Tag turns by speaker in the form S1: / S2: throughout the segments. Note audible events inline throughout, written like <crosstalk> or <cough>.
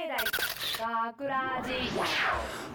S1: 大学ラジ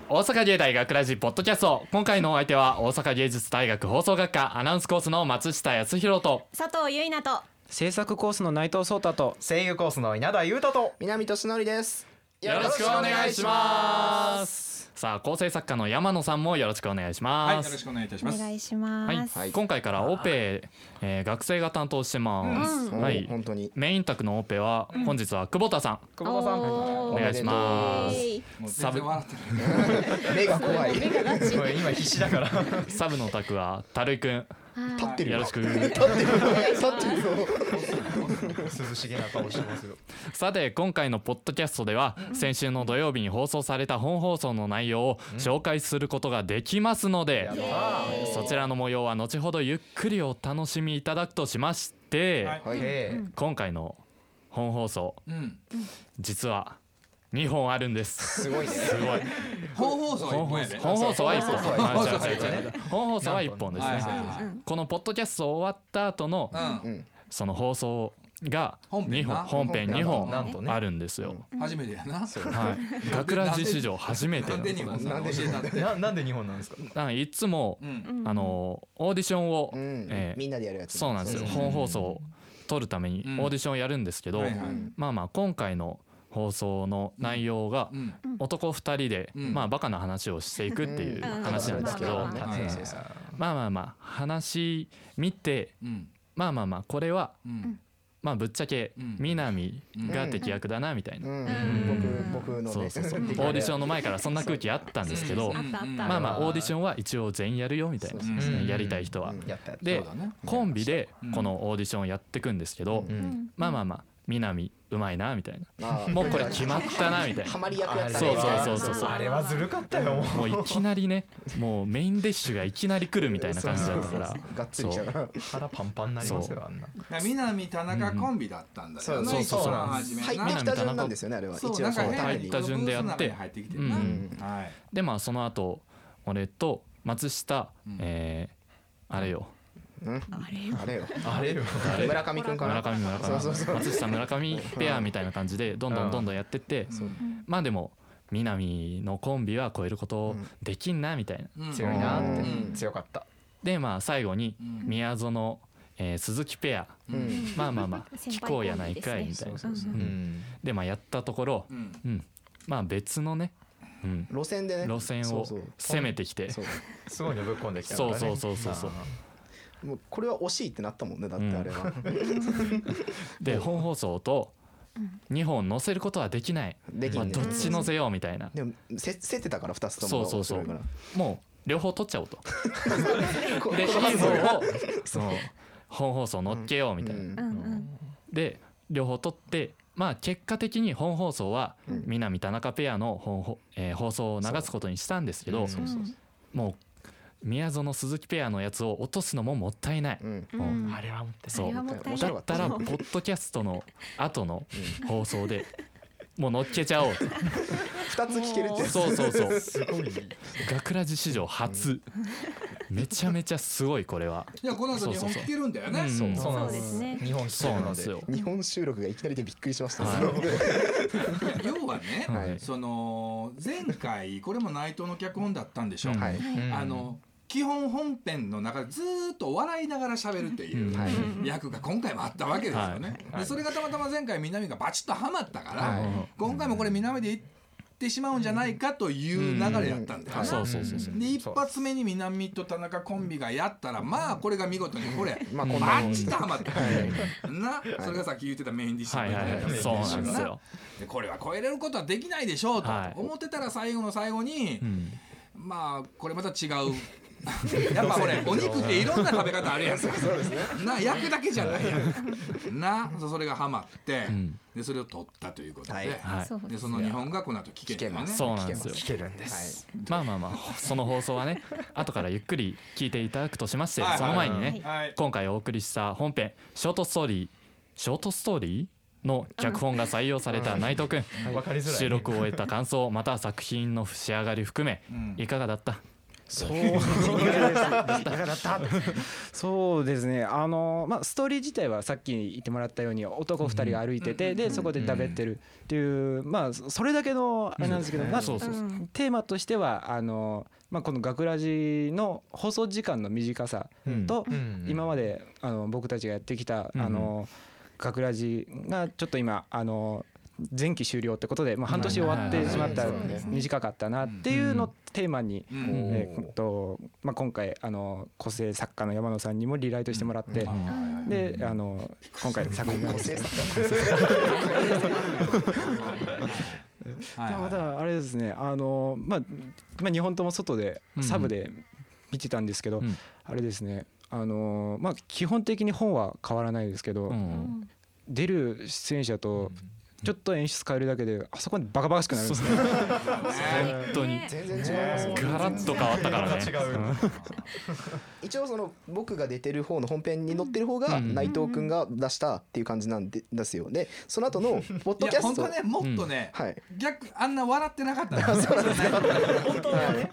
S2: 大阪芸大学ラジポッドキャスト今回のお相手は大阪芸術大学放送学科アナウンスコースの松下康弘と
S3: 佐藤ゆいなと
S4: 制作コースの内藤壮太と
S5: 声優コースの稲田裕太と
S6: 南俊則です
S2: よろしくお願いしますさあ構成作家の山野さんもよろしくお願いし
S7: はい、
S2: ま
S7: よろ
S2: す
S7: しくお願いいたし
S3: お
S7: ます。
S3: 願いしま
S2: はい
S3: す。、
S2: 今回からオペ、えー、学生が担当してます、
S3: うん
S2: はい
S6: 本当に
S2: メイン宅のオペは本日は久保田さん、
S5: 久保田さん
S3: お
S2: お
S3: ー
S2: 願いしま
S3: イ
S2: す
S3: エーイ
S7: もう全然笑ってる。
S6: 目が怖い立
S5: これ今必死だから
S2: サブの宅はたるいくんよ
S6: ってるよ
S2: ろし
S6: 立
S2: く
S6: ってるよ立ってるよ
S5: 涼しげな顔してますよ
S2: さて今回のポッドキャストでは先週の土曜日に放送された本放送の内容を紹介することができますのでそちらの模様は後ほどゆっくりお楽しみいただくとしまして
S7: はい
S6: はい
S5: え
S2: 今回の本放送
S7: うん。
S2: 実は2本あるんです
S6: すごいね
S2: すごい
S7: 本放送は
S2: 本
S7: 一本
S2: 放送本
S7: やで。
S2: 放送は1本
S7: 放
S6: 本
S7: 送
S2: あ
S7: は一本
S2: 違う違う違う本放送は1本です
S7: はい
S2: ね
S7: はいはい
S2: このポッドキャスト終わった後の
S7: うん。
S2: その放送が
S7: 本
S2: 二
S7: 編
S2: 本
S7: な
S2: 本編2
S5: なんと
S2: 本
S5: ね
S2: あるんですよ
S7: 初めてやな。
S2: はい、学ラジ史上初めてな
S7: な
S2: んんで
S7: です日
S2: よ
S7: 本さん教えたっ
S5: え
S7: て。
S5: ななんで日本なんですか
S2: なんかいつも、
S7: うん。
S2: あのオーディションを、
S6: うん
S2: えー
S6: みんなでやるやつ
S2: そうなんですよ、本放送を撮るために
S7: うん
S2: オーディションをやるんですけど、
S7: はいはい
S2: まあまあ今回の放送の内容が、
S7: うん。
S2: 男2人で、
S7: うん
S2: まあバカな話をしていくっていう
S3: うん
S2: 話なんですけど、
S3: うん
S2: まあ
S7: はい
S6: そうそう
S2: まあまあ話見て
S7: うん。
S2: まあまあまあこれは
S7: うん。
S2: まあぶっちゃけ
S7: うん
S2: 南が敵役だなみたいな、
S6: うん
S3: ん
S6: 僕僕のね
S2: そうそうそうオ
S6: オ
S2: ーディション
S6: ン
S2: の前からそんな空気あったんですけど、
S3: あったあった。
S2: まあまあオーディションは一応全員やるよみたいな、
S6: そう
S5: そう
S2: うんやりたい人は。
S5: やったやった
S2: で、
S7: そうだね
S2: コンビで
S7: うん
S2: このオーディションをやってくんですけど、
S5: うん
S2: まあまあまあ南うまいなみたい
S6: あ
S2: な
S6: ー
S2: もうこれ決まったなみたいな
S6: ハマり役やったね
S2: そうそうそうそう
S5: あれはずるかったよもう
S2: もういきなりねもうメインディッシュがいきなり来るみたいな感じだったから
S6: がっつりきたから
S5: 腹パンパンになりますよあんな
S7: 南田中コンビだったんだよね。
S6: そう
S2: そうそう
S7: 一番初め
S6: 入
S7: な
S6: ってきた順なんですよねあれは
S7: そう
S6: 一
S7: な
S6: 応
S7: ん
S6: そ
S7: か
S6: の
S7: 変
S6: タ
S7: な
S6: イミン
S2: 入った
S6: グ
S2: 順でやって
S7: ブースの中に入ってきてる
S2: う
S7: な。
S2: ん
S7: はい。
S2: でまあその後俺と松下、
S7: ん
S2: えーあれよ
S6: あれよ
S5: あれよ
S6: 村上くんか
S2: 村
S6: な
S2: 上村上
S6: そうそうそう
S2: 松下村上ペアみたいな感じでどんどんどんどんやってって、まあでも南のコンビは超えることできんなみたいな、
S7: うん
S5: 強いなっ
S7: うん
S5: て強かった
S2: でまあ最後に
S7: うん
S2: 宮園、えー鈴木ペア、
S6: うん
S2: まあまあまあ
S3: <laughs> 先
S2: 聞
S3: 輩
S2: こうやないかいみたいな
S3: コンビですね
S2: うん
S5: うん
S2: でまあやったところ、
S7: うん。
S2: うん、まあ別のね、うん、
S6: 路線でね
S2: 路線を
S6: そう
S2: 攻めてきて
S6: そうそう
S5: すごいのぶっこんできた
S2: そうそうそうそうそう
S6: もうこれは惜しいってなったもんねだってあ
S2: <laughs>
S6: れは
S2: で本放送と2本載せることはできない、
S6: でき
S2: まあ、
S6: んね
S2: どっち載せようみたいな
S6: でもせ競ってたから2つとも
S2: そうそうそう
S6: 面白いから
S2: もう両方取っちゃおう
S6: <laughs>
S2: と
S6: こ
S2: でいい
S6: こ
S2: 方
S6: の発想
S2: をその本放送乗っけようみたいな、
S6: うん
S3: うんうん。
S2: で両方取ってまあ結果的に本放送は南田中ペアの本放,、えー放送を流すことにしたんですけど、もう宮園鈴木ペアのやつを落とすのももったいない、
S6: うん
S3: うんうん
S5: あれはもって
S2: そう
S3: あれはもったいない
S2: だったらポッドキャストの後 <laughs> の放送でもう乗っけちゃおう
S6: 2つ聞けるってやつ
S2: そうそうそう
S5: すごい
S2: 学ラジ史上初めちゃめちゃすごいこれはい
S7: やこの後日本聞けるんだよね。
S2: そう
S5: そうなんで
S3: そうですね
S5: す日本来
S2: そう
S5: てる
S2: なん
S5: の
S2: ですよ
S6: 日本収録がいきなりでびっくりしました
S2: はい
S7: <laughs> 要はね、
S2: はい
S7: その前回これも内藤の脚本だったんでしょ、
S2: うん
S6: はい
S5: うん
S7: あの基本本編の中でずーっと笑いながら喋るっていううん
S6: はい
S7: 役が今回もあったわけですよね、
S5: はい
S7: でそれがたまたま前回南がバチッとはまったから、
S6: はい
S7: 今回もこれ南で行ってしまうんじゃないかという流れやったんだよね、
S2: そうそうそうそう
S7: で一発目に南と田中コンビがやったらまあこれが見事にこれ
S6: まあこんな
S7: バ
S6: もん
S7: チッとはまった、なそれがさっき言ってたメインディッシュ
S2: は
S7: み
S2: い
S7: た
S2: はいい
S7: な
S2: はいそうなんですよ、
S7: でこれは超えれることはできないでしょうと
S2: はい
S7: 思ってたら最後の最後に、
S2: うん、
S7: まあこれまた違
S2: <laughs>
S7: うやっぱ俺お肉っていろんな食べ方あるやんそうですねな焼くだけじゃないやんなそうそれがハマって、
S2: ん
S7: でそれを取ったということで,、
S6: はい
S2: はい
S3: そう
S7: でその日本がこの後聞け
S6: 聞け
S7: るの
S6: ま
S7: ね
S6: す
S2: そうなんですよ
S5: 来てるんです
S2: まあまあまあその放送はね後からゆっくり聞いていただくとしまして
S7: はい
S2: その前に
S3: は
S2: ね
S3: い
S7: はい
S2: 今回お送りした本編ショートストーリーショートストーリーの脚本が採用された内藤君
S5: わかりづらいね
S2: 収録を終えた感想また作品の仕上がり含め
S7: うん
S2: いかがだった
S4: そう。そうですね。あのまあストーリー自体はさっき言ってもらったように男二人が歩いてて、でそこで食べってるっていうまあそれだけのあれなんですけど、まあ
S2: そうそうそう
S3: うん
S4: テーマとしてはあのまあこの学ラジの放送時間の短さと
S5: うん
S4: 今まであの僕たちがやってきた
S2: うん
S4: あの学ラジがちょっと今あの前期終了ってことでまあ半年終わってしまった
S3: はいはいはいはいそうですね
S4: 短かったなっていうのをテーマに
S7: う
S2: うん
S7: ん
S4: えーっとまあ、今回あの個性作家の山野さんにもリライトしてもらって、であの今回作品が
S6: 個性
S7: はい
S4: ま
S7: は
S4: だあれですねあの、まあ、まあ2本とも外で
S2: うん
S4: サブで見てたんですけど、
S2: うん
S4: あれですねあのまあ、基本的に本は変わらないですけど、
S2: うん
S4: 出る出演者とちょっと演出変えるだけであそこまでバカバカしくなるんですね。
S7: い
S2: 本当に
S6: 全然違いますね
S2: ガラッと変わったからね
S5: 違う
S6: 一応その僕が出てる方の本編に載ってる方が
S2: うん
S6: 内藤くんが出したっていう感じなんでですよねその後のポッ
S7: い
S6: ドキ
S7: や
S6: ャス
S7: 本当
S6: ト
S7: はねもっとね、
S6: はい
S7: 逆あんな笑ってなかった <laughs> んですよ本当はね、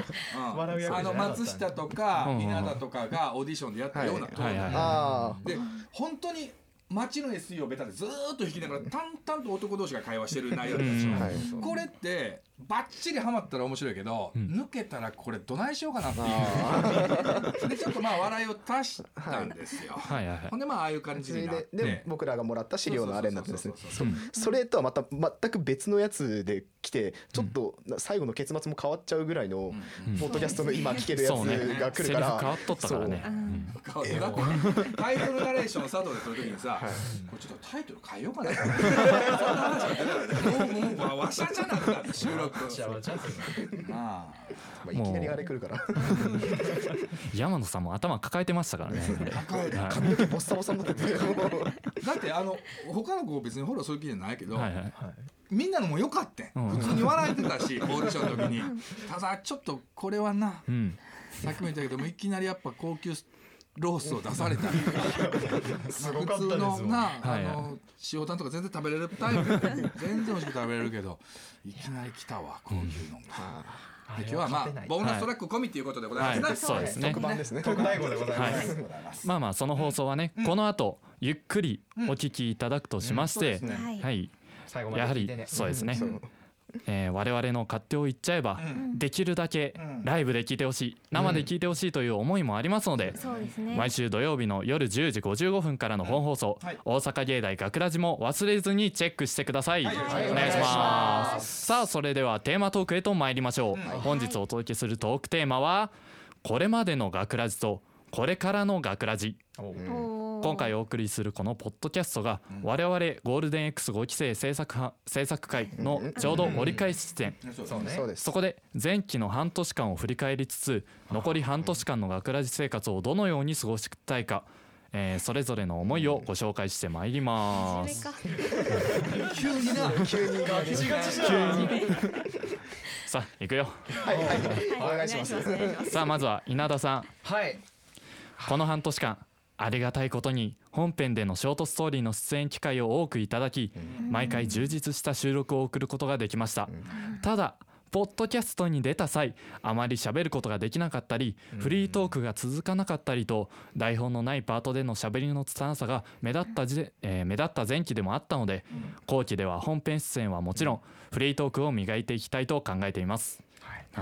S5: 笑う
S7: う
S5: 役
S7: ん、
S5: じ
S7: あ
S5: ゃな
S7: の
S5: かった
S7: 松下とか
S2: うんうん
S7: 稲田とかがオーディションでやったようなところ
S2: はいはいは
S6: あ
S7: で本当に街の SE をベタでずーっと弾きながら淡々と男同士が会話してる内容だったんですよ
S6: あはい
S7: これってバッチリハマったら面白いけど、抜けたらこれどないしようかなっていうでちょっとまあ笑いを足したんですよ、
S2: はいはいはい
S7: ほんでまあああいう感じ
S6: それ
S7: になっ
S6: で
S7: て
S6: で僕らがもらった資料のあれになってですね
S7: そうそう
S6: そうそれとはまた全く別のやつで来てちょっとな最後の結末も変わっちゃうぐらいのポッドキャストの今聞けるやつ
S2: そうね
S6: が来る
S2: セ
S6: か
S2: リフ変わ
S6: ら
S2: っとったからね
S7: そうそうだってタイトルナレーション佐藤で撮るときにさ、これちょっとタイトル変えよう
S2: <laughs>
S7: かなそんな話が出たもうもうわしゃじゃなくなった収録まあ
S6: まあいきなりあれ来るから
S2: 山野さんも頭抱えてましたからね
S7: 抱えて
S2: は
S6: 髪の毛 <laughs> ボッサボサになっててもう
S7: だってあの他の子別にフォローする気じゃないけど、
S2: いはいはい
S7: みんなのも良かった、
S2: うん
S7: 普通に笑えてたしオーディションの時にただちょっとこれはな
S2: うん
S7: さっきも言ったけどもいきなりやっぱ高級ロースを出さ
S2: <laughs>
S7: れた
S5: すごかった
S7: 普通
S5: です
S7: の
S5: もん
S7: な、
S2: はい
S7: あの塩タンとか全然食べれるタイプ全然美味しく食べれるけどいきなり来たわ高級のが、で今日はまあボーナストラック込みということでございますね、
S2: はいそうですね
S6: 特番ですね
S5: 特大号でございます、
S2: はいまあまあその放送はねこの後ゆっくりお聞きいただくとしまして
S5: うんうん
S3: はい
S2: はい
S5: 最後まで
S2: やは
S5: 聞い
S2: り
S5: てね
S2: そうですね
S6: そう
S2: えー我々の勝手を言っちゃえば
S7: うん
S2: できるだけ
S7: うん
S2: ライブで聞いてほしい生で聞いてほしいという思いもありますので
S3: そうですね。
S2: 毎週土曜日の夜10時55分からの本放送、
S7: はい
S2: 大阪芸大学ラジも忘れずにチェックしてください、
S7: はい
S2: お
S7: はい
S2: 願いしますさあそれではテーマトークへと参りましょう、
S7: はい
S2: 本日お届けするトークテーマはこれまでの学ラジとこれからの学ラジ
S5: お
S2: 今
S3: 今
S2: 回お送りするこのポッドキャストが我々ゴールデン X5 期生制作班制作会のちょうど折り返し地点
S7: そう
S5: そうね
S6: そうです
S2: そこで前期の半年間を振り返りつつ残り半年間の学ラジ生活をどのように過ごしたいか、えーそれぞれの思いをご紹介してまいります。
S7: 急にな
S6: 急にガチガチ
S2: さあ行くよ
S6: はいはい
S3: お
S6: お
S3: 願
S6: 願
S3: い
S6: い
S3: し
S6: し
S3: ま
S6: ますす。
S2: さあまずは稲田さん
S5: はい
S2: この半年間ありがたいことに本編でのショートストーリーの出演機会を多くいただき毎回充実した収録を送ることができましたただポッドキャストに出た際あまり喋ることができなかったりフリートークが続かなかったりと台本のないパートでの喋りの拙さが目立ったじ、えー目立った前期でもあったので後期では本編出演はもちろんフリートークを磨いていきたいと考えています
S5: い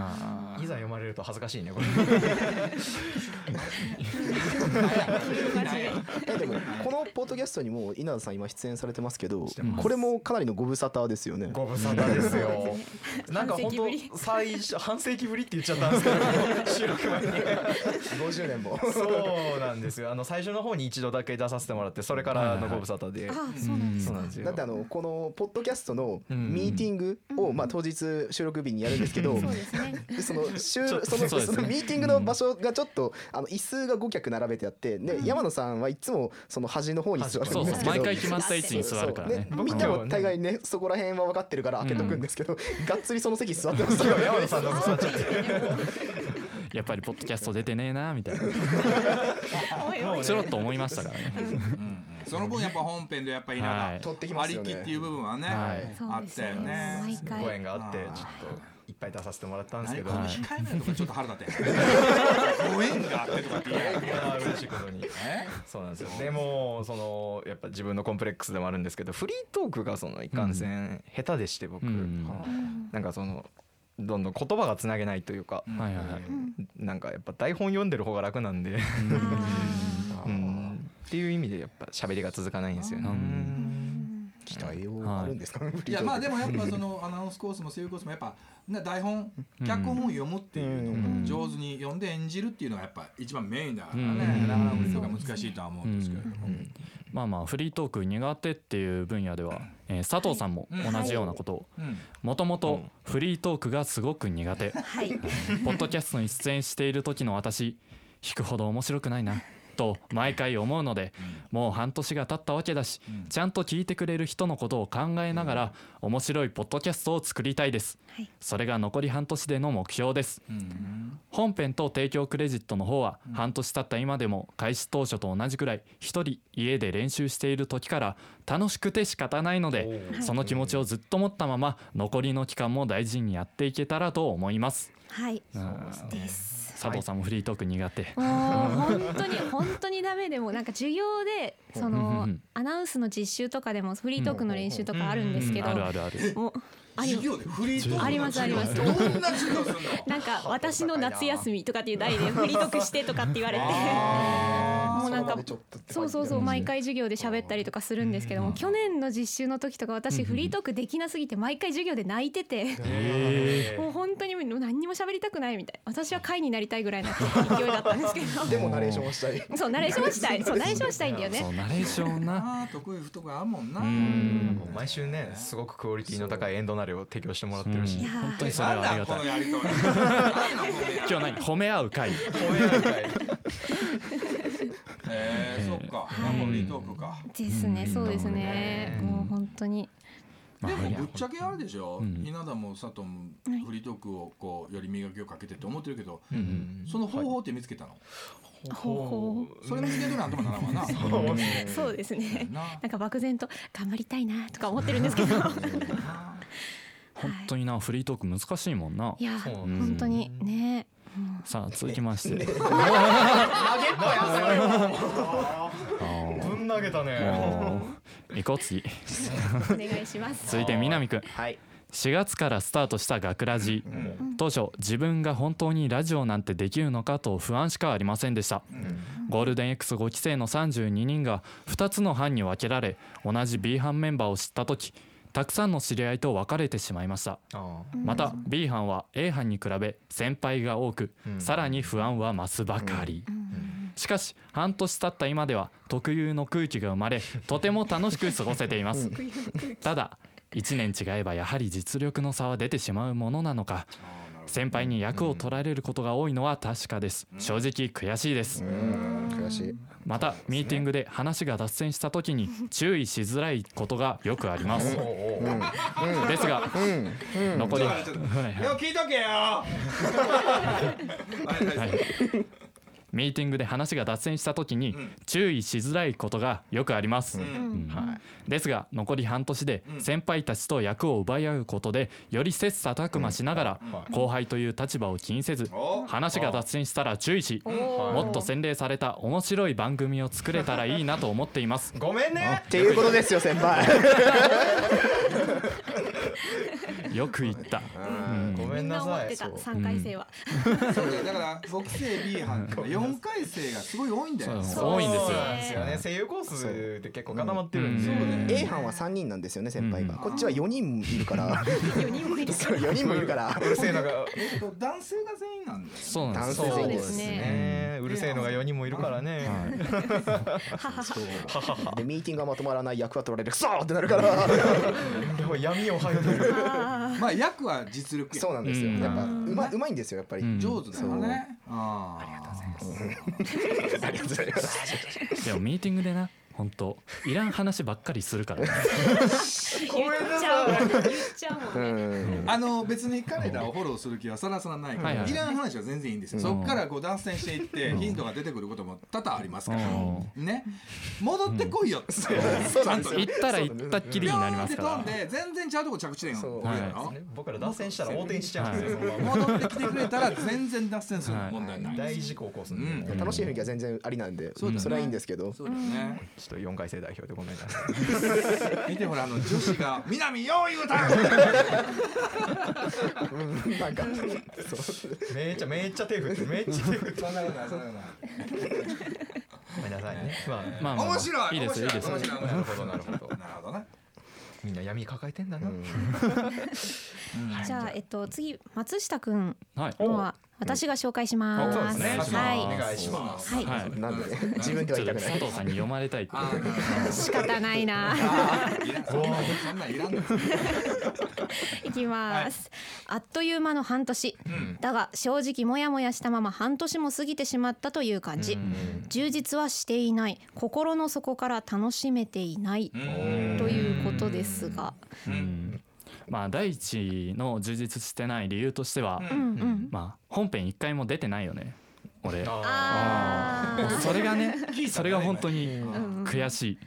S5: ざ読まれると恥ずかしいねこれ <laughs>
S6: えでもこのポッドキャストにも稲田さん今出演されてますけどこれもかなりのご無沙汰ですよね
S5: ご無沙汰ですよなんか
S3: 半世紀ぶ
S5: 本
S3: り
S5: 当最初半世紀ぶりって言っちゃったんですけど収録前に
S6: 50年も
S5: そうなんですよあの最初の方に一度だけ出させてもらってそれからのご無沙汰で、
S3: あ、そうなんです
S5: そう
S3: か。
S5: なんですよ
S6: <laughs> だってあのこのポッドキャストのミーティングをまあ当日収録日にやるんですけど
S3: そうですね。
S2: <laughs>
S6: その収
S5: ちょっと
S6: その
S2: そうですね
S6: そのミーティングの場所がちょっとあの椅子が5脚並べてあってね山野さんはいつもその端の方に座るんですけ
S2: そ
S6: ど
S2: うそう毎回決まった位置に座るからね
S6: そうそうみんなも大概ねそこら辺は分かってるから開けとくんですけどがっつりその席座ってますよ
S5: 今
S6: <laughs>
S5: 日山野さんのご無沙汰
S2: やっぱりポッドキャスト出てねえなみ
S6: <laughs>
S2: たいなちょろっと思いましたからね
S6: <laughs>
S7: その分やっぱ本編でやっぱ稲田、
S2: はい
S6: 取ってきま
S7: あ
S6: す
S7: り
S6: よ
S7: き
S6: ね
S7: っていう部分はね、
S2: はい
S7: あったよね
S3: 毎
S5: ご
S3: 回。
S5: 縁があってちょっと一ぱい出させてもらったんです
S7: 何
S5: けど
S7: この
S2: はい
S7: 控えめなとこちょっと腹立
S2: <laughs>
S7: ってご縁があってとかって言えない
S5: いやー嬉しいことにそうなんですよでもそのやっぱ自分のコンプレックスでもあるんですけどフリートークがそのいかんせん下手でして
S2: う
S5: 僕、
S2: ん
S5: なんかそのどんどん言葉がつなげないというか、
S2: はいはいはい
S5: なんかやっぱ台本読んでる方が楽なんで、うんっていう意味でやっぱ喋りが続かないんですよね、
S6: 期待を
S2: はい
S6: あるんですか、
S7: いやまあでもやっぱ
S2: <laughs>
S7: そのアナウンスコースも声優コースもやっぱな台本
S2: うん
S7: 脚本を読むっていうの
S2: う
S7: も
S2: ん
S7: 上手に読んで演じるっていうのがやっぱ一番メインだから
S2: う
S7: ね
S2: ん
S7: なかなかそれが難しいとは思うんですけれども
S2: まあまあフリートーク苦手っていう分野では、えー佐藤さんも同じようなことを
S7: うん
S2: もともとフリートークがすごく苦手
S3: はい。
S2: ポッドキャストに出演している時の私引くほど面白くないなと毎回思うのでもう半年が経ったわけだし
S7: うん
S2: ちゃんと聞いてくれる人のことを考えながら面白いポッドキャストを作りたいです
S3: はい
S2: それが残り半年での目標です
S7: うん
S2: 本編と提供クレジットの方は半年経った今でも開始当初と同じくらい一人家で練習している時から楽しくて仕方ないのでその気持ちをずっと持ったまま残りの期間も大事にやっていけたらと思います
S3: はい。
S2: うん
S3: です。
S2: 佐藤さんもフリートーク苦手
S3: もう本当に <laughs> 本当にダメでもなんか授業でそ
S2: うんうんう
S3: の
S2: ん
S3: アナウンスの実習とかでもフリートークの練習とかあるんですけど
S2: あるあるある
S3: もうあり
S7: 授業でフリートークの授業
S3: ありますあります
S7: どんな授業するの
S3: なんか私の夏休みとかっていう題でフリートークしてとかって言われてもうなんかそうそうそう毎回授業で喋ったりとかするんですけども去年の実習の時とか私フリートークできなすぎて毎回授業で泣いててもう本当にもう何にも喋りたくないみたい私は会になりたいぐらいな勢いだったんですけ
S6: で
S3: <laughs> ど
S6: もナレーションをしたい
S3: そうナレーションした <laughs> いそうナレーションしたいんだよね
S2: そうナレーション
S3: <laughs>
S2: な
S7: あー得意不得意あんもんな
S2: うん
S5: もう毎週ねすごくクオリティの高いエンドナレを提供してもらってるし、
S2: うん
S3: いやー
S2: 本当にそれ
S7: なん
S2: はあり
S7: だ
S2: が
S7: こ
S2: た
S7: の
S2: い
S7: やりとり
S2: 今日何褒め合う会
S5: 褒め合う会
S7: えーそっかなんかフリートークか
S3: ですね、そうですね、もう本当に。
S7: でもぶっちゃけあれでしょ、
S2: うん
S7: 稲田も佐藤も
S3: はい
S7: フリートークをこうより磨きをかけてって思ってるけど、
S5: うん
S7: その方法って見つけたの、
S3: 方法
S7: それ見つけとなんともならんわな。
S3: そうですね。
S7: な
S3: なんか漠然と頑張りたいなとか思ってるんです
S5: <laughs>
S3: けど。
S2: 本当になフリートーク難しいもんない
S3: や、
S5: そうなん
S2: です
S3: 本当にね。
S2: さあ続きま
S3: <laughs>
S2: して
S3: <laughs>
S5: ぶん投げたね
S2: もう行こう次
S3: お願いします。
S2: 続いて南くん
S6: はい
S2: 4月からスタートした学ラジ当初自分が本当にラジオなんてできるのかと不安しかありませんでしたゴールデン X5 期生の32人が2つの班に分けられ同じ B 班メンバーを知った時たくさんの知り合いと別れてしまいました
S5: あ
S2: また B 班は A 班に比べ先輩が多く
S5: うん
S2: さらに不安は増すばかりしかし半年経った今では特有の空気が生まれとても楽しく過ごせていますただ1年違えばやはり実力の差は出てしまうものなのか先輩に役を取られることが多いのは確かです正直悔しいです
S6: 悔しい
S2: またミーティングで話が脱線した時に注意しづらいことがよくありますですが残りは
S7: ちょっと
S2: はいはい
S7: よう聞いとけよ。はいはい
S2: はい、ミーティングで話が脱線した時に
S7: ん
S2: 注意しづらいことがよくあります、うんですが残り半年で先輩たちと役を奪い合うことでより切磋琢磨しながら後輩という立場を気にせず
S7: お
S2: 話が脱線したら注意しもっと洗礼された面白い番組を作れたらいいなと思っています
S7: <laughs>
S5: ーごめんね
S6: っていうことですよ先輩
S2: よく言った
S5: ごめ
S3: み
S5: ん
S3: ん
S5: な
S3: な思
S5: さ
S3: っ
S5: い
S3: て
S5: そ
S3: た
S5: う
S3: 三回生は。
S7: そうだよだから5期生 B 班とか4回生がすごい多いんだよね。
S2: そう多いんですよ
S5: そうなんですよね声優コースで結構固まってるんで、
S2: そう
S7: だよ
S6: A 班は三人なんですよね先輩が
S2: うん
S6: こっちは四人いるから
S3: <laughs> 四人もいるから。
S6: 4人もいるから
S5: <laughs> うるせえのが
S7: えっと男性が全員なんだよ。
S2: そうなんです
S3: そうですね。
S5: ねうるせえのが4人もいるからね、
S6: でミーティングがまとまらない役は取られるクソーってなるから
S5: やばい闇を吐いてる
S3: あ
S7: まあ役は実力や
S6: そうなんですよ
S2: うん
S6: やっぱうまいうまいんですよやっぱり
S2: ん
S7: 上手だよね。あありがとうございます。
S6: ありがとうございます
S2: でもミーティングでな本当い
S7: <laughs>
S2: らん話ばっかりするからね
S3: あ、言っちゃうもん。言っちゃうもん
S6: う
S3: ね。
S6: ん
S7: あの別に彼らをフォローする気はさらさらないか
S2: はい
S7: ら、
S2: はい
S7: いらん話は全然いいんですよ。そこからこう脱線していって、ヒントが出てくることも多々ありますから
S2: うん。
S7: ね、戻ってこいよ。ち
S6: そう
S7: ゃんと。
S2: 行ったら行ったっきりになりますか
S7: ビョーンって飛ん
S2: ら
S7: で、全然ちゃうとこ着地点
S6: そう
S7: を。俺ら
S5: そう
S7: の
S5: ですね僕ら脱線したら横転しちゃうんですよそのまま
S7: 戻ってきてくれたら、全然脱線する
S2: はい
S7: 問題ない。
S5: 大事故起こすんで、
S2: うん
S6: 楽しい雰囲気は全然ありなんで、
S7: そうだね
S6: それはいいんですけど、
S7: そうだね。
S5: ちょっと四回生代表でごめんなさい
S7: 見てほら、あの女子が南よう言うた。
S6: なんか、
S5: めっちゃめっちゃ手振ってめっちゃ手振って
S7: そんなことない、そんなことない。
S5: ごめんなさいねまあ
S2: まあまあまあ
S7: 面白
S2: い
S7: い
S2: いですよいいで
S7: 面
S2: す
S7: 白
S2: よ
S7: い面白い
S5: なるほどなるほ
S7: な
S5: ど
S7: るほどね。。
S5: みんな闇抱えてんだな、
S3: じゃあえっと次松下くん
S2: はい
S3: のは私が紹介します。
S5: そうですね
S3: はい。
S5: お
S3: は
S5: 願いします
S3: い。
S2: はい
S6: なんで、 <laughs> 自分では
S2: ちょっと
S6: 言いたく
S2: 佐
S6: ない。
S2: 藤さんに読まれたいって
S7: あー
S3: 仕方ないな。
S7: いらんそんなんいらんの。
S3: いきます、あっという間の半年、だが正直モヤモヤしたまま半年も過ぎてしまったという感じ、充実はしていない心の底から楽しめていない、ということですが
S2: まあ第一の充実してない理由としては、
S3: うんうん
S2: まあ本編一回も出てないよね俺
S3: あー
S2: それがねそれが本当に悔しい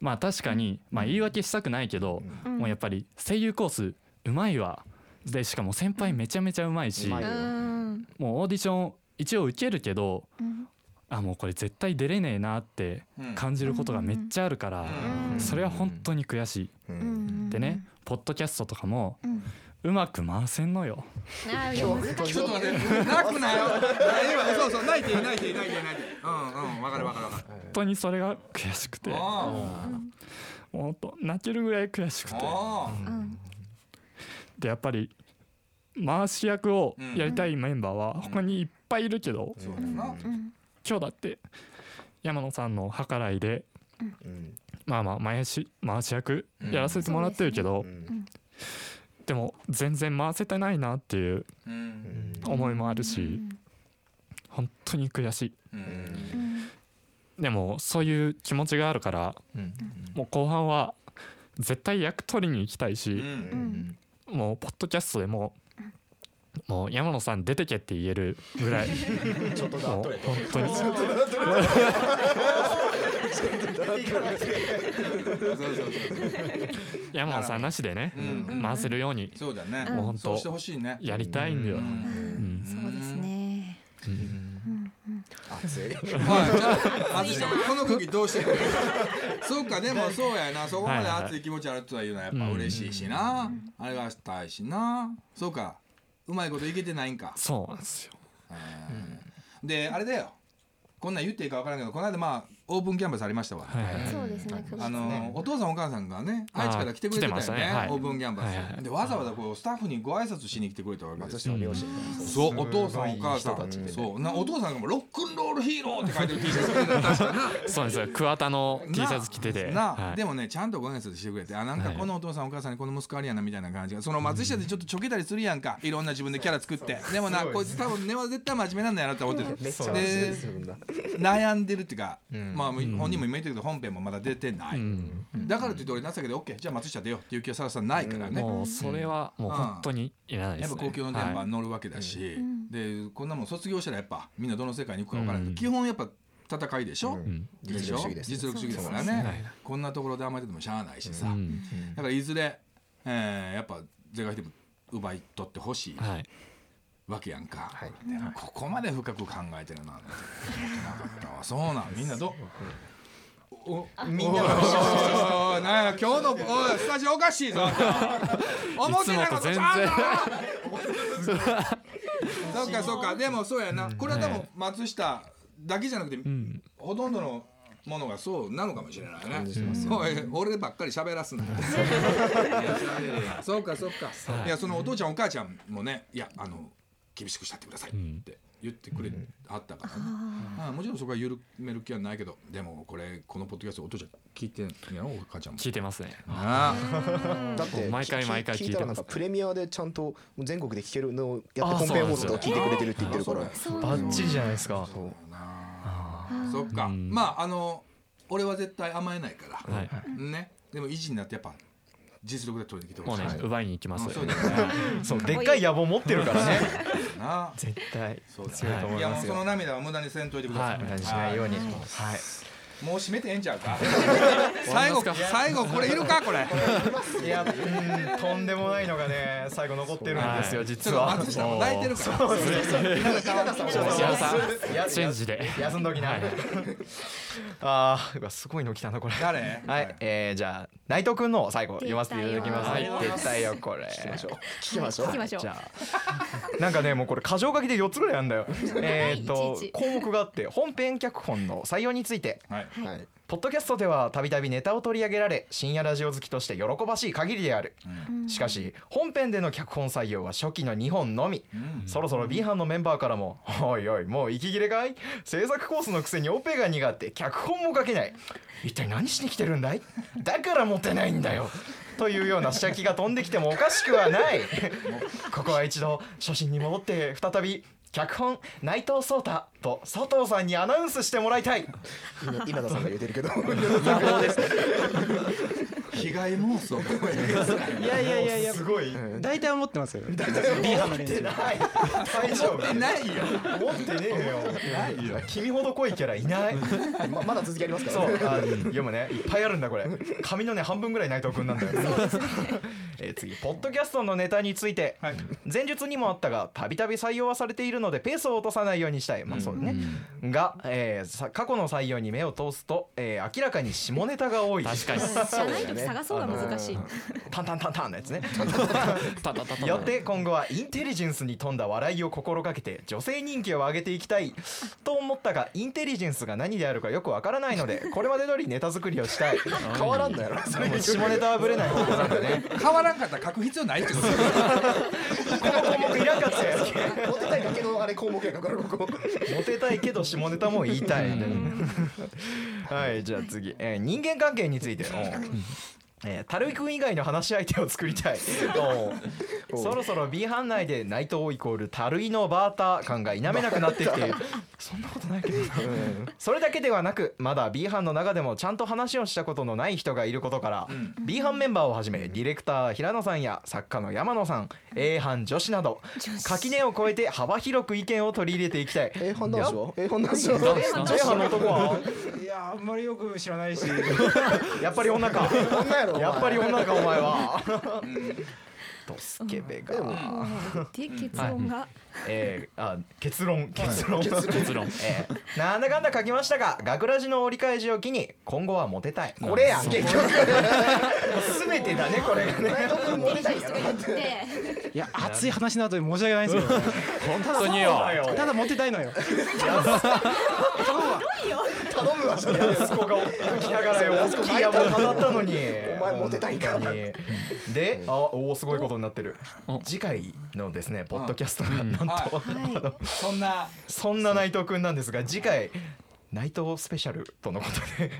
S2: まあ確かに、まあ、言い訳したくないけど、もうやっぱり声優コースうまいわでしかも先輩めちゃめちゃうまいし
S6: うまいよ
S3: うん
S2: もうオーディション一応受けるけど、
S3: ん
S2: あもうこれ絶対出れねえなって感じることがめっちゃあるから、
S3: うん
S2: それは本当に悔しい。
S3: うんうん
S2: でね、ポッドキャストとかも、
S3: ん
S2: うまく回せんのよ。
S3: あー難しい
S7: ちょっと待って、泣くなよ。大丈夫、そうそう、泣いていい、泣いていい、泣いていい、泣いていい。うんうん、わかるわかるわかる。
S2: 本当にそれが悔しくて、も
S7: あ
S2: う本当泣けるぐらい悔しく
S7: あ、
S2: て。
S7: あ
S3: うん
S2: でやっぱり回し役をやりたいメンバーは他にいっぱいいるけど、
S7: あ、そうだな。
S2: 今日だって山野さんの計らいで、まあまあ回し回し役やらせてもらってるけど、でも全然回せてないなっていう
S7: うん、
S2: 思いもあるし、本当に悔しい
S7: うん、
S2: でもそういう気持ちがあるから、
S5: ん
S2: もう後半は絶対役取りに行きたいし、
S7: うん
S3: う、ん
S2: もうポッドキャストでももう山野さん出てけって言えるぐらいちょっとだ本当に
S7: そうそうそうそう。
S2: 山野さんなしでね
S7: う
S2: 回せるように
S7: そうだね。
S2: もう本
S7: そうして
S2: 当
S7: ほしいね。
S2: やりたいんだよ、
S7: う
S2: うん
S7: ん。
S3: そうですね
S6: 熱い。
S7: はい、じゃあ、淳さん、この空気どうしてくれる。そうか、でも、そうやな、そこまで熱い気持ちあるとは言うのは、やっぱ嬉しいしな。あれはしたいしな。そうか、うまいこといけてないんか。
S2: そうなんですよ
S7: であれだよこんなん言っていいか分からんけどこの間まあオープンキャンパスありましたわ、
S2: はいはいはい
S3: そうですね9月
S7: あのお父さんお母さんがね愛知から来てくれてたよ
S2: あー来てまし
S7: ね
S2: たねはい
S7: オープンキャンパス、
S2: はいはいは
S7: でわざわざこうスタッフにご挨拶しに来てくれたわけです
S6: 私の両親が。
S7: そうお父さんお母さ
S5: すごい人たちで
S7: ん
S5: ね
S7: そうなお父さんがもうロックンロールヒーローって書いてる T シャツ着て
S2: <laughs>
S7: た確かな
S2: そうなんですよ桑田の T シャツ着てて
S7: な、
S2: はい
S7: でもねちゃんとご挨拶してくれてあなんかこのお父さんお母さんにこの息子ありやなみたいな感じがその松下でちょっとちょけたりするやんかいろんな自分でキャラ作ってでもなこいつ多分根は絶対真面目なんだよなって思ってる
S6: めっちゃ熱いですよ、みんな。
S7: 悩んでるっていうか、まあ、本人も今言ったけど本編もまだ出てない、だからといって俺情けで OK じゃあ松下出ようっていう気はさらさらないからね、
S2: もうそれはもう本当にいらないで
S7: やっ
S2: す
S7: ぱ
S2: ね
S7: 公共の電波
S2: はい
S7: に乗るわけだし、でこんなもん卒業したらやっぱみんなどの世界に行くか分からない、基本やっぱ戦いでしょ、でしょ
S6: 実力主義です
S7: 実力主義だからねこんなところで甘えててもしゃあないしさ、
S2: うん
S7: だからいずれ、えーやっぱ是が非でも奪い取ってほしい
S2: はい
S7: わけやんか、でもここまで深く考えてるなんて思ってなかったわそうなんみんなどおみんなおいなんや今日のおいスタジオおかしいぞ思ってなかったちゃうぞそうかそうかでもそうやなこれは多分松下だけじゃなくて、ほとんどのものがそうなのかもしれないね。おい俺ばっかり喋らすな。いや喋れやそうかそうか。いやそのお父ちゃんお母ちゃんもねいやあの厳しくしたってくださいって言ってくれあったからね。あもちろんそこは緩める気はないけどでもこれこのポッドキャストお父ちゃん聞いてんやろお母ちゃんも。
S2: 聞いてますね
S7: あ
S6: だって
S2: 毎回毎回聞いてます
S6: 聞いたらなんかプレミアでちゃんと全国で聞けるのをやって本編放送とか聞いてくれてるって言ってるから
S7: あそ
S5: バッチリじゃないですか
S7: あそっか。まああの俺は絶対甘えないから。
S2: はい
S7: ねでも維持になってやっぱ実力で取りに来て
S2: もう
S7: ほしい
S2: ね、奪いに行きます
S7: うんそうだよね
S5: そうでっかい野望持ってるからね
S7: な
S5: 絶対
S7: そう
S5: 強い
S7: だ
S5: と
S7: ね
S5: 思
S7: い
S5: い
S7: やも
S5: ま
S7: う
S5: す
S7: そ
S5: よ
S7: の涙は無駄にせんといてください
S2: はい
S5: 無駄にしないようにはい
S7: もう閉めてええんちゃうか最後最後これいるかこれ
S5: いやうんとんでもないのがね最後残ってるんですよ
S7: ちょ
S5: 実
S7: っと
S5: は
S7: 松下も泣いてるから
S2: 幸せチェンジで
S5: 休んどき <laughs> なあーうわすごいの来たなこれ
S7: 誰
S5: はい、えー、じゃあ内藤君の最後読ませていただきます。は
S2: はいい、
S5: 絶対よこれ。
S6: 聞きましょう
S3: 聞きましょう
S5: じゃあ <laughs> なんかねもうこれ箇条書きで4つぐらいあ
S3: <laughs>
S5: るんだよ。えーっと
S3: いちいち
S5: 項目があって本編脚本の採用について。
S7: はい
S6: はい
S5: ポッドキャストではたびたびネタを取り上げられ深夜ラジオ好きとして喜ばしい限りである、しかし本編での脚本採用は初期の2本のみ、そろそろ B 班のメンバーからも「おいおいもう息切れかい制作コースのくせにオペが苦手脚本も書けない一体何しに来てるんだいだからモテないんだよ」というような仕掛けが飛んできてもおかしくはないここは一度初心に戻って再び脚本内藤壮太と佐藤さんにアナウンスしてもらいたい
S6: 今今田さんが言うてるけど <laughs>
S7: 被害妄想
S4: いやいやいやいや
S5: すごい
S4: 大体思ってますよ
S5: 持ってない大丈夫
S7: ないよ
S5: 持ってねえよ
S7: ないよ
S5: 君ほど濃いキャラいない
S6: ままだ続きありますか
S5: そ
S6: ら
S5: う
S6: ね
S5: あでもねいっぱいあるんだこれ髪のね半分ぐらい内藤君なんだよえー次ポッドキャストのネタについて、
S7: はい
S5: 前述にもあったがたびたび採用はされているのでペースを落とさないようにしたい、まあそうねが、えーさ過去の採用に目を通すと、えー明らかに下ネタが多い
S2: 確かに
S3: じゃない時探そうが難しい。
S5: タンタンタンタンのやつね
S2: たたたた
S5: よって今後はインテリジェンスに富んだ笑いを心がけて女性人気を上げていきたいと思ったがインテリジェンスが何であるかよくわからないのでこれまで通りネタ作りをしたい
S6: 変わらんのやろそれ
S5: もう下ネタはぶれない方法なんで <laughs> ね
S7: 変わらんかったら書く必要ないってこと
S5: この項目いらんかったやつ
S6: モテたいだけのあれ項目やからここ
S5: モテたいけど下ネタも言いたい、はいじゃあ次、えー人間関係についてうんえー、たるい君以外の話し相手を作りたいおうそろそろ B 班内で内藤イコールたるいのバーター感が否めなくなってきている <laughs> そんなことないけどそれだけではなくまだ B 班の中でもちゃんと話をしたことのない人がいることから、B 班メンバーをはじめディレクター平野さんや作家の山野さん A 班女子など垣根を越えて幅広く意見を取り入れていきたい
S6: A 判断しよう A 判断しよう
S5: 女子の男はい
S4: やあんまりよく知らないし
S5: やっぱり女か
S6: 女やろ
S5: やっぱり女かお前はドスケベが
S6: でも
S3: で結論が
S5: えー、あ結論結論、
S2: 結論
S5: えーなんだかんだ書きましたが学ラジの折り返しを機に今後はモテたいこれやん結局全てだねこれがね
S6: モテたいやろ
S3: で
S4: いや熱い話の後で申し訳ないですけ
S2: 本当によ
S4: どただモテたいのよ
S6: 頼むわそれ
S5: 息子が起きながらよ大きい野望語ったのに
S6: お前モテたいか
S5: 本当にであおおすごいことになってる次回のですねポッドキャストがなん
S7: は
S5: と、
S7: い <laughs> そんな
S5: そんな内藤君なんですが次回内藤スペシャルとのことで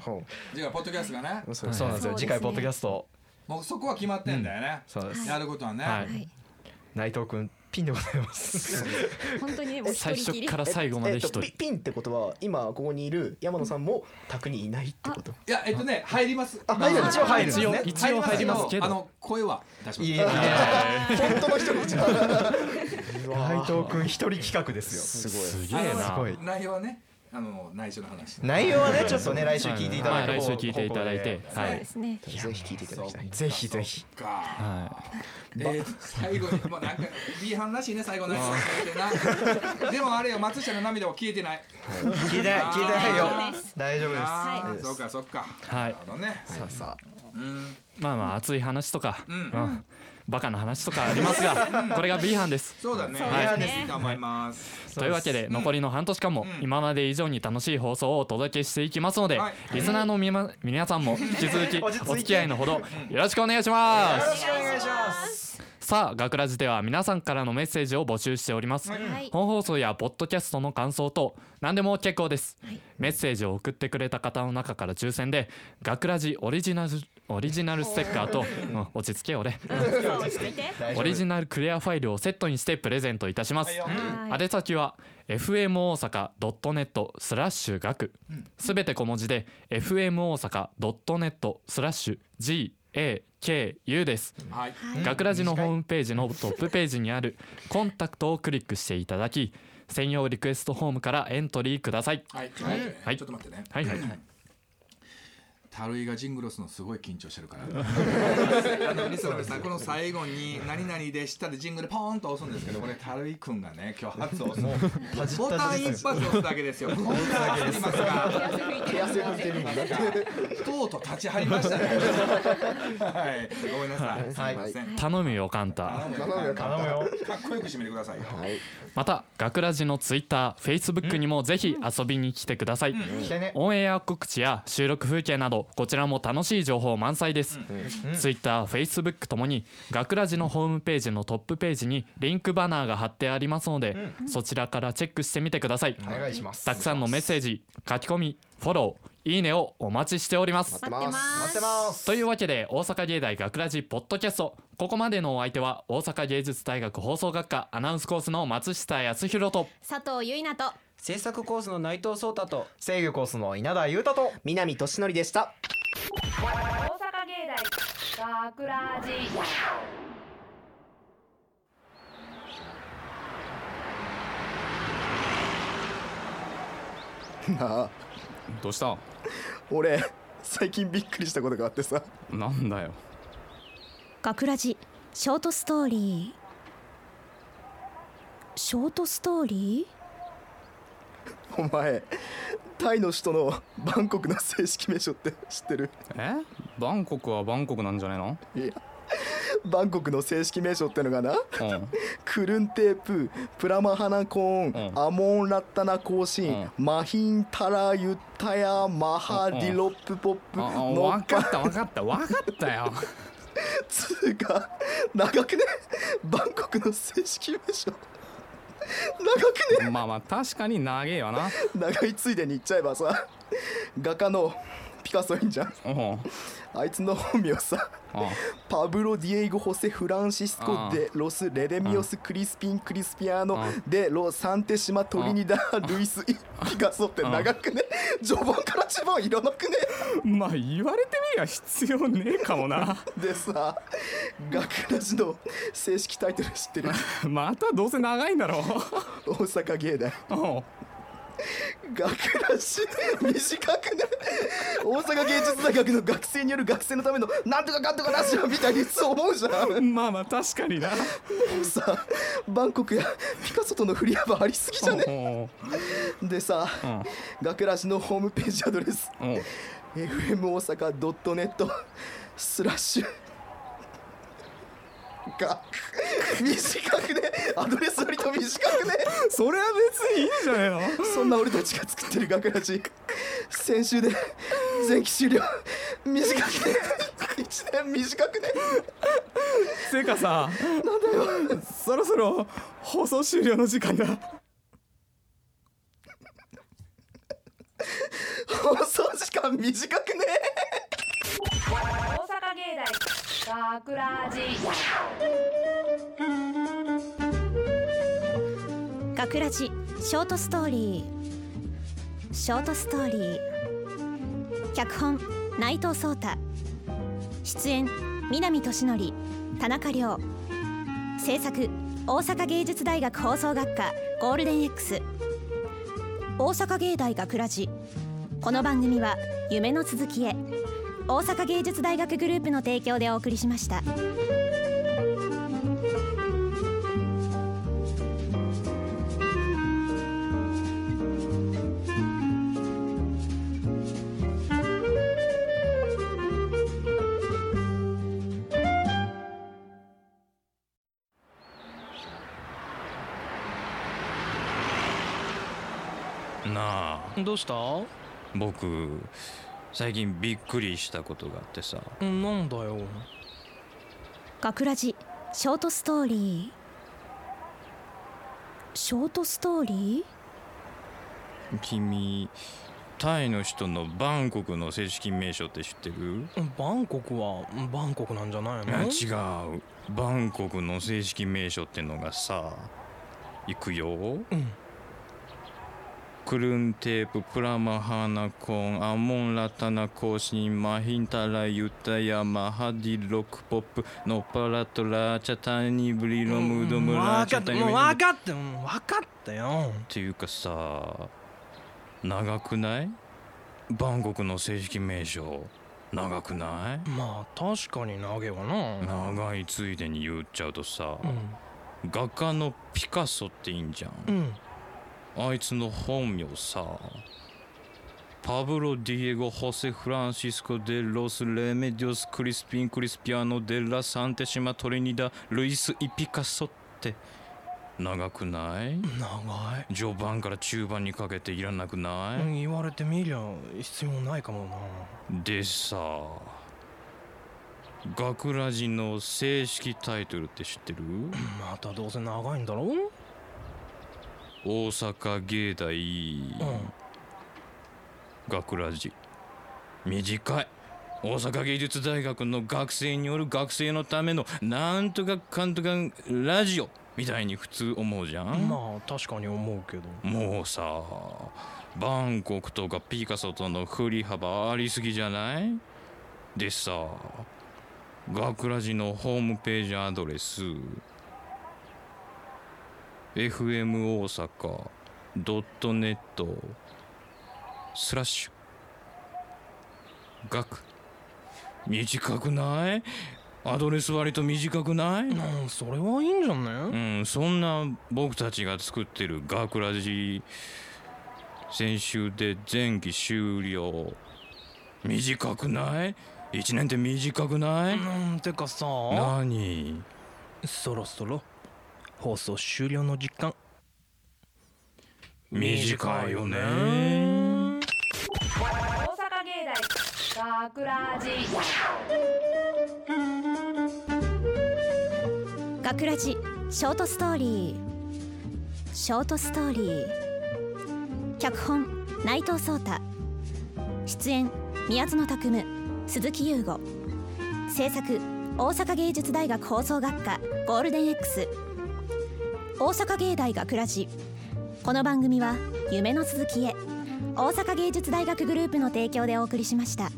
S7: 次はポッドキャストがね
S5: そうなんです
S3: そ
S5: よ
S3: うですね
S5: 次回ポッドキャスト
S7: もうそこは決まってんだよね、
S5: そうです
S7: やることはね、
S2: は
S3: はい
S2: い
S5: 内藤君ピンでございます
S3: 本当にねもう一
S2: 最
S3: 人き
S2: 初
S3: り。
S2: から最後まで
S6: えっ
S2: 一
S6: と
S2: 人
S6: ピピンってことは今ここにいる山野さんも宅にいないってこと
S7: いやえっとね入ります
S6: あ入る
S7: ま
S6: 一応入
S5: る
S2: 一応一応入りますけ
S7: あ
S2: ど
S7: の声は出します
S5: いいね
S6: 本当の人口だ
S5: 内藤君一人企画ですよ
S6: すご
S2: す
S6: い
S2: げえ
S5: す
S2: な
S5: ごい
S7: 内容はねあの内緒の話
S5: 内容はねちょっとね来週聞いていただい
S2: は
S5: て、
S2: 来週聞いていただいては
S3: そう
S2: い
S3: ですね。
S6: ぜひ聞いていただきたい
S5: ぜひぜひ
S7: か
S2: は
S7: えー、最後にもうなんか B 班らしいね最後のやつなでもあれよ松下の涙は消えてない
S5: 聞いてない聞いてないよ
S7: あ
S5: 大丈夫です
S7: あー
S3: はい
S7: そうかそうか
S2: はい
S7: なるほどね
S5: さあさ
S7: うん
S2: いまあまあ熱い話とか
S7: うん
S2: うんバカな話とかありますがこれが B 班です
S7: そうだね
S3: そう
S2: ですね
S7: いいと思います
S2: というわけで残りの半年間も今まで以上に楽しい放送をお届けしていきますので
S7: はい
S2: リスナーのみま皆さんも引き続き
S5: 落ち着いて
S2: お付き合いのほどよろしくお願いしま
S5: あ
S2: す
S5: よろしくお願いします
S2: さあ学ラジでは皆さんからのメッセージを募集しております、
S3: はい
S2: 本放送やポッドキャストの感想等何でも結構です、メッセージを送ってくれた方の中から抽選で学ラジオリジナルオリジナルステッカーと、うん落ち着け俺
S3: そう落ち着いて。
S5: 大丈
S2: オ
S5: 夫
S2: リジナルクリアファイルをセットにしてプレゼントいたします、
S3: はい。
S2: 宛先は fm 大阪 .net スラッシュ学すべて小文字で fm 大阪 .net スラッシュ AKU です
S7: はい
S2: 学ラジのホームページのトップページにある「コンタクト」をクリックしていただき専用リクエストフォームからエントリーください
S7: はい、
S2: はい
S7: ちょっと待ってね
S2: はいはい
S7: タルイがジングロスのすごい緊張してるからあのリスナーさんこの最後に「何々でした」でジングルポーンと押すんですけどこれタルイくんがね今日初押すボタン一発押すだけですよこんな走りますが <laughs>
S8: 手汗拭いてるんだ
S7: とうとう立ち張りましたねはいごめんなさ
S4: はい
S7: い、すいません
S2: 頼むよカンタ
S8: 斜めが簡
S4: 頼む
S8: 単
S4: よ
S7: かっこよく締めてくださいよ
S8: はい
S2: また学ラジのツイッターフェイスブックにもぜひ遊びに来てください、
S4: 来てね
S2: オンエア告知や収録風景などこちらも楽しい情報満載です、ツイッター、フェイスブックともに学ラジのホームページのトップページにリンクバナーが貼ってありますので、そちらからチェックしてみてください、
S4: お願いします
S2: たくさんのメッセージ書き込みフォローいいねをお待ちしております
S8: 待ってます
S4: 待ってます
S2: というわけで大阪芸大学ラジポッドキャストここまでのお相手は大阪芸術大学放送学科アナウンスコースの松下康弘と
S9: 佐藤ゆいなと
S3: 制作コースの内藤壮太と
S4: 制御コースの稲田裕太と
S8: 南俊則でした
S1: 大阪芸大学ラジ
S8: なあ
S10: どうした
S8: 俺最近びっくりしたことがあってさ
S10: なんだよ
S9: 学ラジショートストーリーショートストーリ
S8: お前タイの首都のバンコクの正式名称って知ってる
S10: えバンコクはバンコクなんじゃないの
S8: いやバンコクの正式名称ってのがな
S10: うん
S8: クルンテーププラマハナコーン、
S10: うん
S8: アモンラッタナ行進、
S10: う
S8: マヒンタラユタヤマハディロップポップ
S10: ああ
S8: の
S10: わ
S8: っ
S10: か
S8: か
S10: ったわかったわかったよ
S8: つうか長くねバンコクの正式名称長くね
S10: まあまあ確かに長えよな
S8: 長いついでに言っちゃえばさ画家のピカソいんじゃん
S10: うんあ
S8: あいつの本名さパブロ・ディエイゴ・ホセ・フランシスコ・
S10: あー
S8: デ・ロス・レデミオス・クリスピン・クリスピアーノ
S10: あ
S8: デ・ロ・サンテシマ・トリニダ・ルイス・イ・ピカソって長くね序盤から序盤いらなくね
S10: まあ言われてみりゃ必要ねえかもな
S8: でさ学ラジの正式タイトル知っ
S10: <laughs>
S8: てる
S10: またどうせ長いんだろ
S8: 大阪芸大
S10: うん
S8: 学ラジ短くね大阪芸術大学の学生による学生のためのなんとかかんとかラジオみたいにいつも思うじゃん
S10: まあまあ確かにな
S8: さバンコクやピカソとの振り幅ありすぎじゃねでさ、学ラジのホームページアドレス、
S10: うんうん
S8: fm 大阪 .net スラッシュが短くねアドレスよりと短くね
S10: それは別にいいじゃねえの
S8: そんな俺たちが作ってる学ラジ先週で前期終了短くね1年短くね
S10: せいかさなんだよ <laughs> そろそろ放送終了の時間だ
S8: <laughs> 放送時間短くね
S1: 大阪芸大学ラジ
S9: ー学ラジショートストーリーショートストーリー脚本内藤壮太出演南俊則田中亮制作大阪芸術大学放送学科ゴールデン X 大阪芸大学ラジこの番組は夢の続きへ大阪芸術大学グループの提供でお送りしました。
S11: なあ
S5: どうした
S11: 僕最近びっくりしたことがあってさ
S5: なんだよ
S9: 学ラジショートストーリーショートストーリ
S11: 君タイの人のバンコクの正式名称って知ってる
S5: バンコクはバンコクなんじゃない
S11: いや
S5: の
S11: 違うバンコクの正式名称ってのがさ行くよ、
S5: うん
S11: クルンテーププラマハナコンアモンラタナコーシンマヒンタラユタヤマハディロックポップノパラトラチャタニブリロムドムラ
S10: 分
S11: チ
S10: か
S11: ャ
S10: っ
S11: タ
S10: た
S11: ニ
S10: もう
S11: ブリ
S10: 分かったもう分かったよ
S11: っていうかさ長くないバンコクの正式名称長くない
S10: まあ確かに長いわな
S11: 長いついでに言っちゃうとさ、
S10: う
S11: 画家のピカソっていいんじゃ
S10: ん
S11: ん、
S10: うん
S11: あいつの本名さパブロ・ディエゴ・ホセ・フランシスコ・デ・ロス・レメディオス・クリスピン・クリスピアノ・デ・ラ・サンテシマ・トリニダ・ルイス・イピカソって長くない
S10: 長い
S11: 序盤から中盤にかけていらなくない、
S10: うん言われてみりゃ必要ないかもな
S11: でさ学ラジの正式タイトルって知ってる
S10: またどうせ長いんだろう
S11: 大阪芸大
S10: ん
S11: 学ラジ短い大阪芸術大学の学生による学生のためのなんとかかんとかラジオみたいに普通思うじゃん、
S10: まあ確かに思うけど
S11: もうさバンコクとかピカソとの振り幅ありすぎじゃないでさ学ラジのホームページアドレス FM 大阪 .net スラッシュ学短くないアドレス割と短くない
S10: うんそれはいいんじゃ
S11: う
S10: ね
S11: ん、そんな僕たちが作ってるガクラジ先週で前期終了短くない一年って短くない、
S10: うんてかさ
S11: 何
S10: そろそろ放送終了の時間
S11: 短いよね
S1: 大阪芸大学ラジ
S9: 学ラジショートストーリーショートストーリー脚本内藤壮太出演宮園拓夢鈴木優吾制作大阪芸術大学放送学科ゴールデン X 大阪芸大学ラジこの番組は夢の続きへ大阪芸術大学グループの提供でお送りしました。